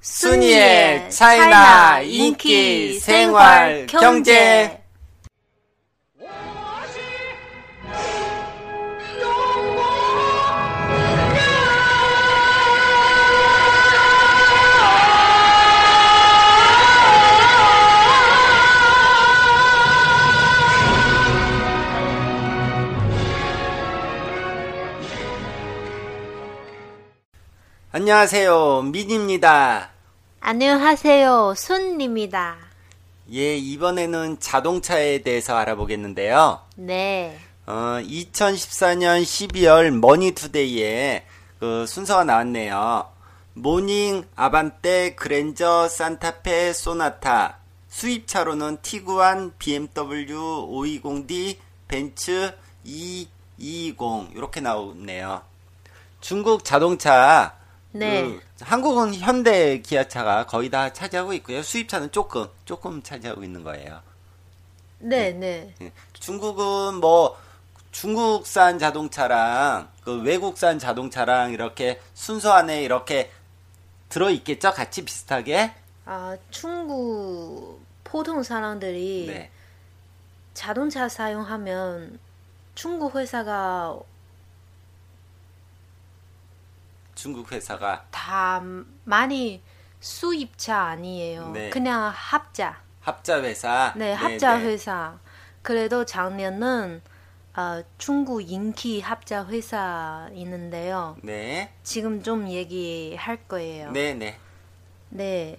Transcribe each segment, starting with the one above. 순이의 차이나 인기 생활 경제 我是中国人。 안녕하세요 민입니다 안녕하세요. 순입니다. 예 이번에는 자동차에 대해서 알아보겠는데요 네. 어, 2014년 12월 머니투데이에 그 순서가 나왔네요 모닝 아반떼 그랜저 산타페 소나타 수입차로는 티구안 BMW 520D 벤츠 E20 이렇게 나오네요 중국 자동차 네. 그 한국은 현대 기아차가 거의 다 차지하고 있고요. 수입차는 조금 조금 차지하고 있는 거예요. 네, 네. 예. 중국은 뭐 중국산 자동차랑 그 외국산 자동차랑 이렇게 순서 안에 이렇게 들어 있겠죠? 같이 비슷하게. 아, 중국 보통 사람들이 네. 자동차 사용하면 중국 회사가 중국 회사가 다 많이 수입차 아니에요. 네. 그냥 합자. 합자 회사. 네, 합자 네. 회사. 그래도 작년은 아, 중국 인기 합자 회사 있는데요. 네. 지금 좀 얘기할 거예요. 네, 네. 네.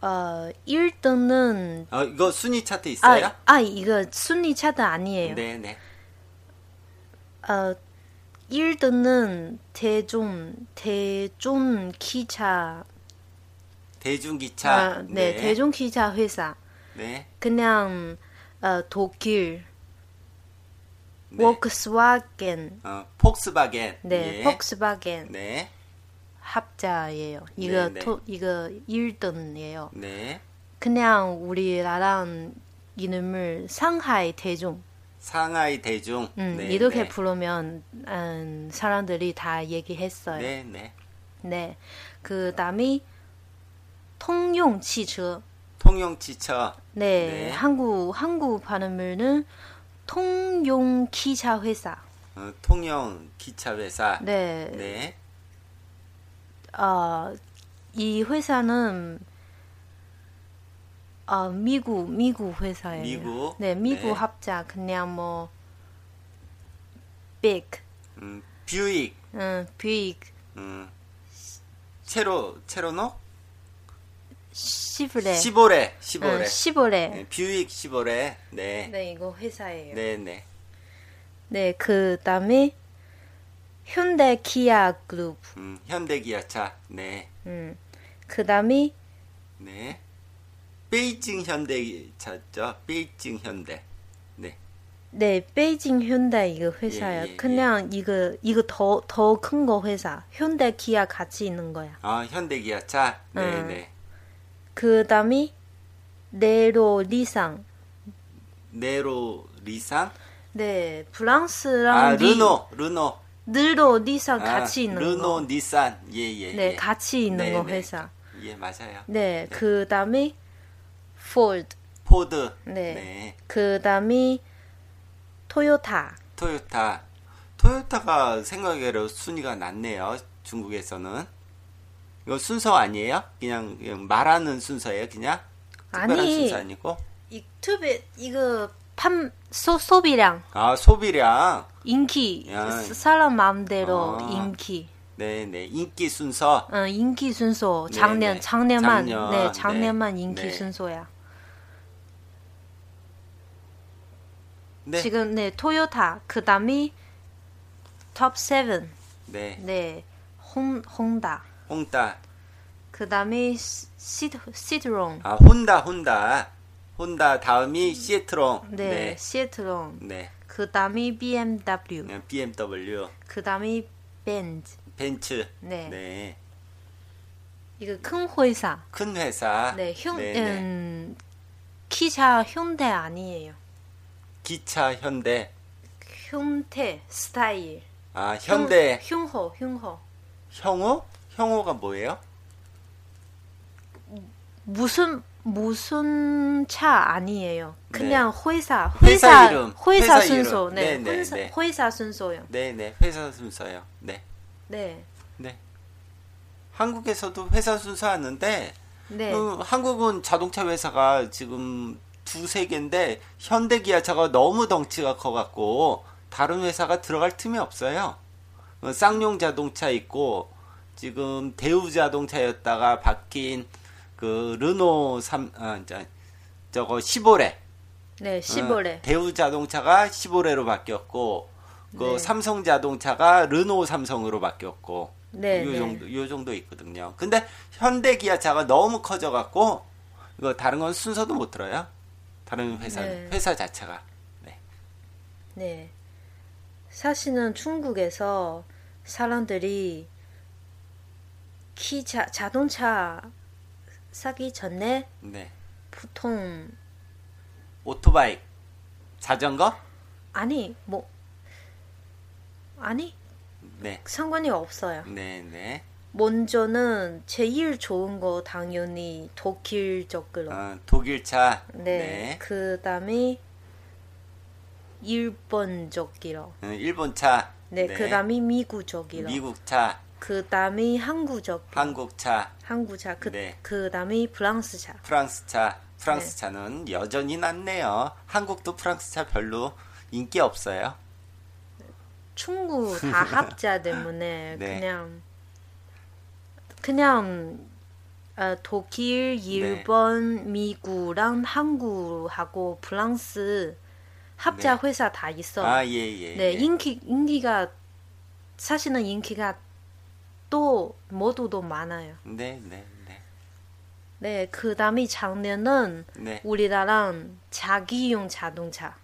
어, 1등은 어, 이거 순위 차트 있어요? 아, 예. 아 이거 순위 차트 아니에요. 네, 네. 어, 1등은 대중 대중 기차 대중기차. 아, 네, 대중 기차 회사. 네. 그냥 어, 독일 네. 워크스와겐 어, 폭스바겐. 네, 예. 폭스바겐 네. 합자예요. 이거 네, 네. 토, 이거 1등이에요. 네. 그냥 우리나라 이름을 상하이 대중 상하이 대중. 음, 네, 이렇게 네. 부르면 음, 사람들이 다 얘기했어요. 네. 네, 네. 그 다음에 통용汽车. 통용 지처. 네, 네. 한국 한국 발음은 통용 기차 회사. 어, 통영 기차 회사. 네. 네. 어, 이 회사는 어, 미국 미국 회사예요. 미국? 네, 미국 네. 합자 그냥 뭐 big, 음, 뷰익. 음, big, 음. 체로 체로노? 시브레, 시보레. 시보레. 음, 네. 시브레. 네, 뷰익 시보레. 네. 네. 네, 이거 회사예요. 네, 네, 그 다음에 현대 기아 그룹, 음, 현대 기아차. 네. 음, 그 다음에 네. 베이징 현대 차죠. 베이징 현대. 네. 네, 베이징 현대 이거 회사예요. 예, 예, 예. 그냥 이거 이거 더 더 큰 거 회사, 현대 기아 같이 있는 거야. 아, 현대 기아차. 네, 음. 네. 그 다음에 네로 리상, 네로 리상. 네, 프랑스랑 아, 리- 르노, 르노. 네로 리상 아, 같이 있는 르노, 거. 니산. 예, 예. 네, 예. 같이 있는 네, 거 네. 회사. 예, 맞아요. 네, 그 다음에 폴드, 포드. 네. 그 다음에 토요타. 토요타. 토요타가 생각외로 순위가 낮네요. 중국에서는. 이거 순서 아니에요? 그냥, 그냥 말하는 순서예요, 그냥? 특별한 아니. 순서 아니고? 이 투베 이거 판 소, 소비량 아, 소비량. 인기 야. 사람 마음대로 아. 인기 네, 네. 인기 순서. 어, 인기 순서 네, 작년 네. 작년만 작년, 네 작년만 네. 인기 네. 순서야 네. 지금 네 토요타 그다음이 톱 세븐 네. 네 홍, 홍다 홍다. 그다음이 시- 시드 시드론 아, 혼다, 혼다. 혼다 다음이 시애트롱. 네, 네. 시애트론 네. 그다음이 BMW 그냥 BMW. 그다음이 벤츠 벤츠. 네. 네. 이거 큰 회사 큰 회사. 네, 흉, 네, 네. 음, 기차 현대 아니에요. 기차 현대. 현대 스타일. 아, 현대. 흉, 흉호, 흉호. 형호? 형호가 뭐예요? 무슨 무슨 차 아니에요. 그냥 회사, 네. 회사 회사, 이름, 회사 회사 순서. 이름. 네, 네, 네, 회사, 네. 회사 순서요. 네, 네. 회사 순서요. 네. 네, 네. 한국에서도 회사 순서 하는데 네, 어, 한국은 자동차 회사가 지금 두세 개인데 현대기아차가 너무 덩치가 커갖고 다른 회사가 들어갈 틈이 없어요. 어, 쌍용 자동차 있고 지금 대우 자동차였다가 바뀐 그 르노 삼 아, 저- 저거 시보레 네, 시보레. 대우 자동차가 시보레로 바뀌었고 그 네. 삼성 자동차가 르노 삼성으로 바뀌었고 네, 요 네. 정도 요 정도 있거든요. 근데 현대 기아차가 너무 커져 갖고 이거 다른 건 순서도 못 들어요. 다른 회사 네. 회사 자체가. 네. 네. 사실은 중국에서 사람들이 기차, 자동차 사기 전에 네. 보통 오토바이 자전거? 아니 뭐 아니 네. 상관이 없어요. 네, 네. 먼저는 제일 좋은 거 당연히 독일 적글로. 어, 독일차. 아, 네. 그다음에 일본 적기로. 어, 일본차. 네. 네, 그다음에 미국 적기로. 미국차, 그다음에 한국 적 한국차, 한국차. 그 네. 그다음에 프랑스차. 프랑스차. 프랑스차는 네. 여전히 낫네요. 한국도 프랑스차 별로 인기 없어요. 충구 다 합자 때문에 네. 그냥 그냥 어, 독일, 네. 일본, 미국랑 한국하고 프랑스 합자 회사 다 있어. 네. 아, 예, 예. 네, 예. 인기 인기가 사실은 인기가 또 모두도 많아요. 네, 네, 네. 네, 그다음에 작년은 네. 우리나라랑 자기용 자동차,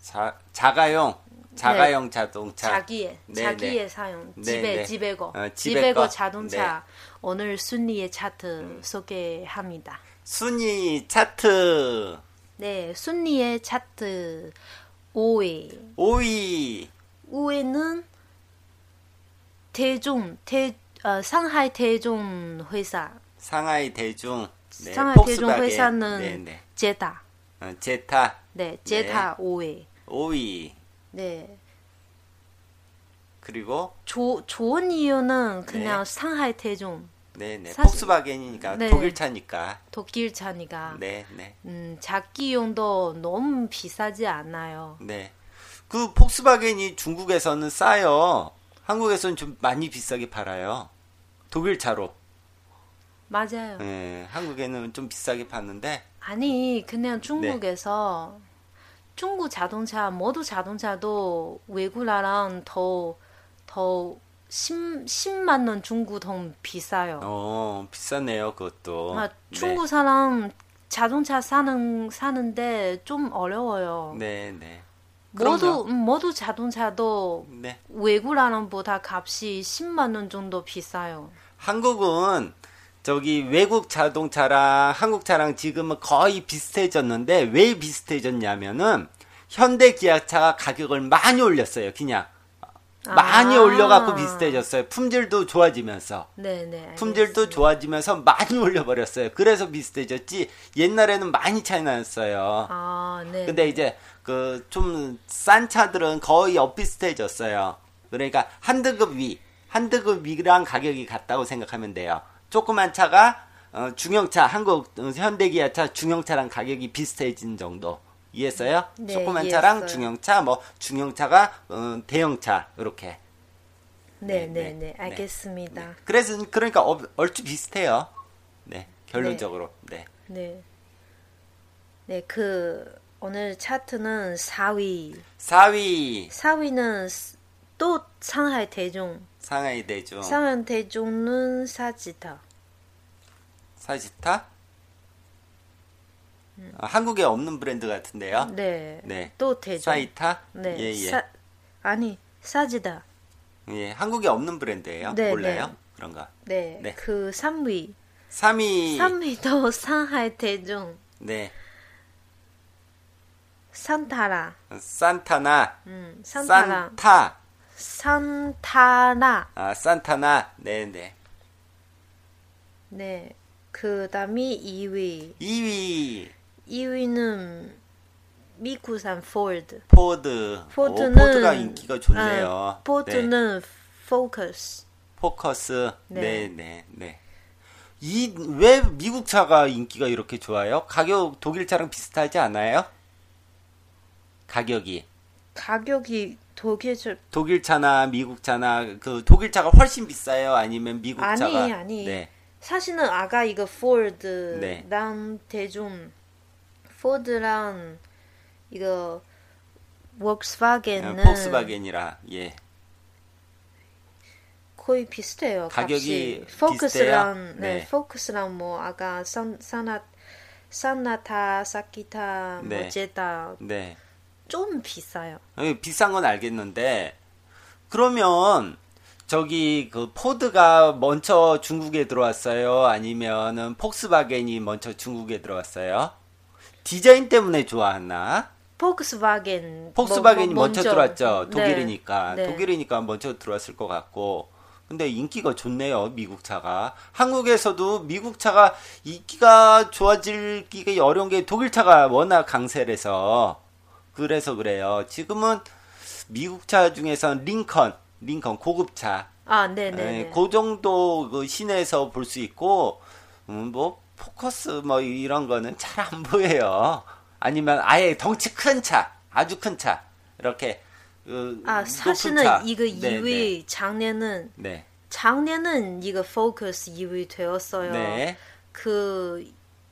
자, 자가용, 자가용 자동차. 네. 자기의 네, 자기의 네. 사용 네, 집에 네. 집에 거 어, 집에 집에 거. 거 자동차 오늘 순위의 차트 소개합니다. 순위 차트 네, 순위의 차트 5위. 5위. 5위는 대종 대 어, 상하이 대종 회사 상하이 대중. 네, 상하이 폭스바겐. 대중 회사는 네, 네. 제다. 어, 제타 네, 제타 5위. 5위. 네. 그리고 조, 좋은 이유는 그냥 네. 상하이 대종 네, 네. 사실- 폭스바겐이니까 네. 아. 독일차니까. 독일 차니까 네, 네. 음, 작기용도 너무 비싸지 않아요. 네. 그 폭스바겐이 중국에서는 싸요. 한국에서는 좀 많이 비싸게 팔아요. 독일 차로. 맞아요. 예, 한국에는 좀 비싸게 파는데 아니 그냥 네. 중국에서 중국 자동차 모두 자동차도 외국 나라랑 더더 10, 10만 원 중국 돈 비싸요. 어, 비싸네요, 그것도. 아, 네. 중국 사람 자동차 사는 사는데 좀 어려워요. 네, 네. 모두 그럼요. 음, 모두 자동차도 네. 외국 나라보다 값이 10만 원 정도 비싸요. 한국은 저기 외국 자동차랑 한국 차랑 지금은 거의 비슷해졌는데 왜 비슷해졌냐면은 현대 기아차가 가격을 많이 올렸어요, 그냥. 많이 아. 올려갖고 비슷해졌어요. 품질도 좋아지면서. 네네. 품질도 좋아지면서 많이 올려버렸어요. 그래서 비슷해졌지 옛날에는 많이 차이 났어요. 아 네. 근데 이제 그 좀 싼 차들은 거의 엇비슷해졌어요. 그러니까 한 등급 위, 한 등급 위랑 가격이 같다고 생각하면 돼요. 조그만 차가 어, 중형차, 한국 어, 현대기아차 중형차랑 가격이 비슷해진 정도. 이해했어요? 네, 조그만 차랑 이해했어요. 중형차, 뭐 중형차가 어, 대형차 이렇게. 네, 네네네. 네. 알겠습니다. 그래서 그러니까 어, 얼추 비슷해요. 네, 결론적으로. 네. 네. 네, 그 오늘 차트는 4위. 4위 4위는 또 상하이 대중. 상하이 대중 상하이 대중은 사지타. 사지타 아, 한국에 없는 브랜드 같은데요. 네. 네. 또 대중. 사이타 네. 예, 예. 사, 아니 사지다. 예, 한국에 없는 브랜드예요. 네, 몰라요? 네. 그런가? 네. 네. 예. 그 3위. 3위 3위도 상하이 대중. 네. 산타라. 산타나 음. 산타라. 산타 산타나. 아, 산타나. 네, 네. 네. 그다음이 2위. 2위 2위는 미국산 폴드. 포드. 포드는 오, 포드가 인기가 좋네요. 아, 네. 포드는 포커스. 포커스. 네. 네, 네, 네. 이 왜 미국 차가 인기가 이렇게 좋아요? 가격 독일 차랑 비슷하지 않아요? 가격이 가격이 독일적 독일 차나 미국 차나 그 독일 차가 훨씬 비싸요? 아니면 미국 아니, 차가 아니. 네. 사실은 아까 이거 폴드 네. 랑 대중 폴드랑 이거 어, 웍스바겐은 폭스바겐이라. 예. 거의 비슷해요. 가격이 값이. 포커스랑 비슷해요? 네, 네. 포커스랑 뭐 아까 산 산나 산나타 사키타 네. 뭐 제다 네. 좀 비싸요. 아니, 어, 비싼 건 알겠는데 그러면 저기 그 포드가 먼저 중국에 들어왔어요? 아니면은 폭스바겐이 먼저 중국에 들어왔어요? 디자인 때문에 좋아하나? 폭스바겐 폭스바겐이 뭐- 뭐- 먼저, 들어왔죠. 네. 독일이니까 네. 독일이니까 먼저 들어왔을 것 같고. 근데 인기가 좋네요 미국 차가. 한국에서도 미국 차가 인기가 좋아질기 어려운 게 독일 차가 워낙 강세라서 그래서 그래요. 지금은 미국 차 중에선 링컨, 링컨 고급차 아 네네 예, 그 정도 그 시내에서 볼 수 있고 음, 뭐 포커스 뭐 이런 거는 잘 안 보여요. 아니면 아예 덩치 큰 차, 아주 큰 차. 이렇게 그, 아 높은 사실은 차. 이거 네, 2위 작년은 네. 작년은 이거 포커스 2위 네. 되었어요. 네. 그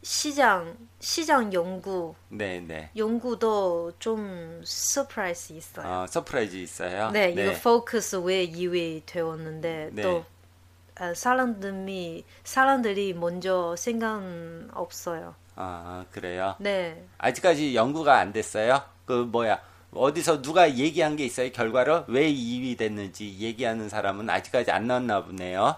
시장 시장 연구 네, 네. 연구도 좀 서프라이즈 있어요. 어, 서프라이즈 있어요. 네, 이거 포커스 왜 2위 되었는데 네. 또 아, 사람들이 사람들이 먼저 생각 없어요. 아, 그래요. 네, 아직까지 연구가 안 됐어요. 그 뭐야? 어디서 누가 얘기한 게 있어요? 결과로 왜 2위 됐는지 얘기하는 사람은 아직까지 안 나왔나 보네요.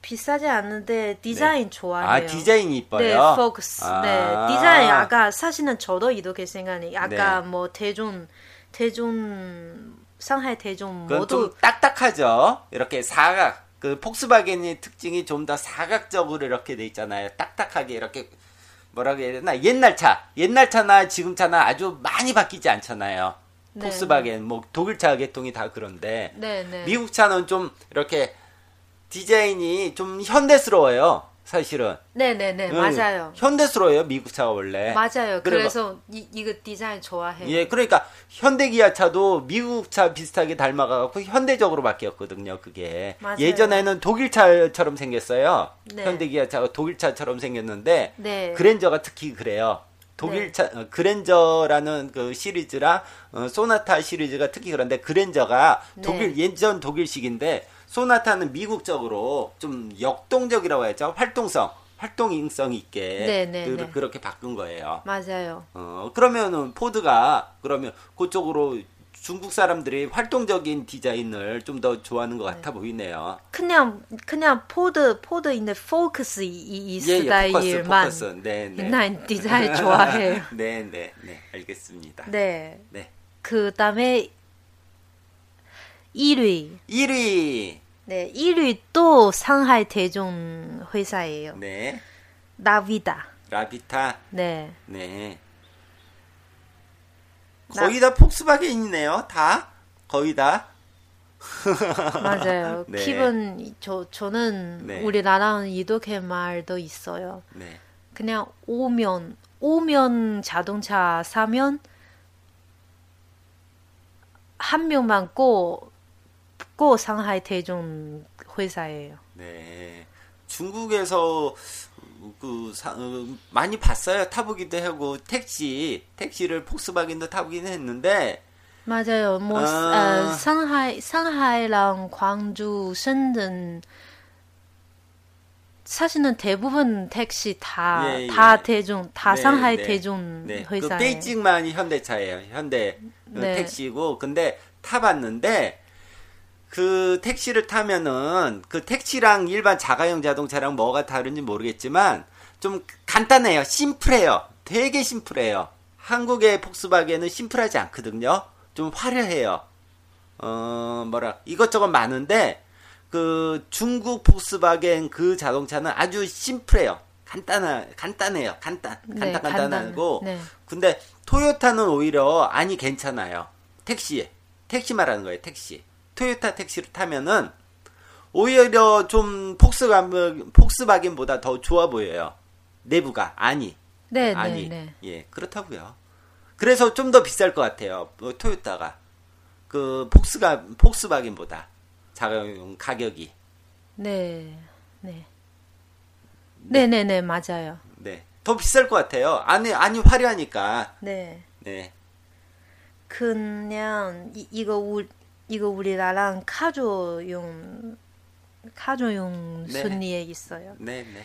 비싸지 않은데 디자인 좋아해요. 네. 아 디자인이 네, 이뻐요. 포커스. 아. 네, 디자인 아까 사실은 저도 이렇게 생각해. 아까 네. 뭐 대중 대중 상하이 대중 그건 모두 좀 딱딱하죠. 이렇게 사각. 그 폭스바겐의 특징이 좀 더 사각적으로 이렇게 돼 있잖아요. 딱딱하게 이렇게 뭐라고 해야 되나? 옛날 차, 옛날 차나 지금 차나 아주 많이 바뀌지 않잖아요. 네. 폭스바겐, 뭐 독일 차 계통이 다 그런데 네, 네. 미국 차는 좀 이렇게 디자인이 좀 현대스러워요. 사실은 네, 네, 네. 응, 맞아요. 현대스러워요 미국 차가 원래. 맞아요. 음. 그래서- 그래서 이, 이거 디자인 좋아해요. 예, 그러니까 현대기아 차도 미국 차 비슷하게 닮아가고 현대적으로 바뀌었거든요. 그게 맞아요. 예전에는 독일 차처럼 생겼어요. 네. 현대기아 차가 독일 차처럼 생겼는데 네. 그랜저가 특히 그래요. 네. 독일 차 어, 그랜저라는 그 시리즈랑 어, 소나타 시리즈가 특히 그런데 그랜저가 네. 독일 예전 독일식인데 소나타는 미국적으로 좀 역동적이라고 해야죠. 활동성, 활동성 있게 네, 네, 그- 네. 그렇게 바꾼 거예요. 맞아요. 어, 그러면은 포드가 그러면 그쪽으로 중국 사람들이 활동적인 디자인을 좀 더 좋아하는 것 같아 보이네요. 그냥 그냥 포드 포드인데 포커스 이, 이 예, 예, 포커스, 스타일만 포커스. 네, 네. 난 디자인 좋아해요. 네, 네, 네. 알겠습니다. 네. 네. 그다음에 1위. 1위. 네, 1위 또 상하이 대중 회사예요. 네. 나비다. 라비타. 네. 네. 나- 거의 다 폭스바겐이네요. 다. 거의 다. 맞아요. 네. 기분 저 저는 네. 우리나라는 이렇게 말도 있어요. 네. 그냥 오면 오면 자동차 사면 한 명만 꼬, 꼬 상하이 대중 회사예요. 네. 중국에서 그 사- 어, 많이 봤어요. 타보기도 하고 택시 택시를 폭스바겐도 타보긴 했는데 맞아요. 뭐 아. 어, 상하이 상하이랑 광주,深圳 사실은 대부분 택시 다 예, 예. 다 대중 다 네, 상하이 네. 대중 네, 그 음, 회사예요. 베이징만이 현대차예요. 현대 어, 네. 택시고 근데 타봤는데 그 택시를 타면은 그 택시랑 일반 자가용 자동차랑 뭐가 다른지 모르겠지만 좀 간단해요. 심플해요. 되게 심플해요. 한국의 폭스바겐은 심플하지 않거든요. 좀 화려해요. 어, 뭐라, 이것저것 많은데, 그, 중국 폭스바겐 그 자동차는 아주 심플해요. 간단하, 간단해요. 간단, 네, 간단, 간단하고. 간단, 네. 근데, 토요타는 오히려, 아니, 괜찮아요. 택시, 택시 말하는 거예요, 택시. 토요타 택시를 타면은, 오히려 좀 폭스바겐, 폭스바겐보다 더 좋아 보여요. 내부가, 아니. 네, 아니. 네, 네. 예, 그렇다고요 그래서 좀 더 비쌀 것 같아요. 어, 토요타가. 그 폭스가 폭스바겐보다 자가용 가격이 네. 네. 네, 네, 네, 맞아요. 네. 더 비쌀 것 같아요. 안이 안이 화려하니까. 네. 네. 그냥 이, 이거 우 이거 우리나라랑 카조용 카조용 네. 순위에 있어요. 네, 네.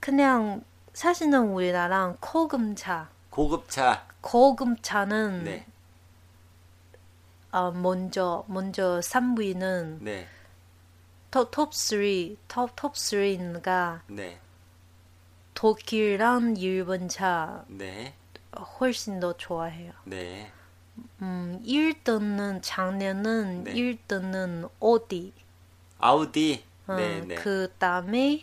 그냥 사실은 우리나라랑 고급차 고급차. 고급차는 네. 어, 먼저 먼저 3위는 네. 톱, 톱 3, 톱, 톱 3인가 네. 독일랑 일본차 네. 훨씬 더 좋아해요. 네. 음, 1등은 작년은 네. 1등은 오디. 아우디. 어, 네, 네. 그다음에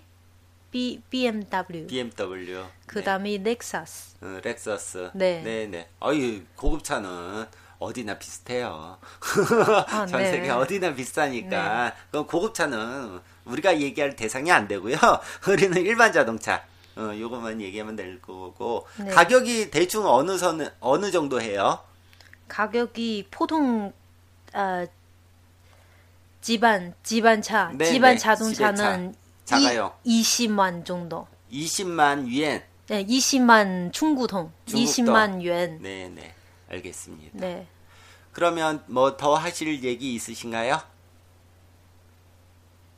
B, BMW. BMW. 그다음에 렉사스. 네. 어, 렉서스. 네. 네, 네. 어이, 고급차는 어디나 비슷해요. 전 네. 세계 어디나 비싸니까. 그럼 고급차는 우리가 얘기할 대상이 안 되고요. 우리는 일반 자동차. 어, 요거만 얘기하면 될 거고. 네. 가격이 대충 어느 선, 어느 정도 해요? 가격이 보통 어, 집안 집안차 네, 집안 네. 자동차는 집에 차. 작아요. 이, 20만 정도. 20만 위엔. 네, 20만 중국통, 중국 20만 네, yuan. 네. 네네. 알겠습니다. 그러면 뭐 더 하실 얘기 있으신가요?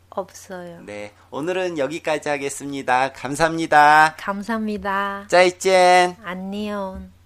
없어요. 네. 오늘은 여기까지 하겠습니다. 감사합니다. 감사합니다. 짜이젠. 안녕.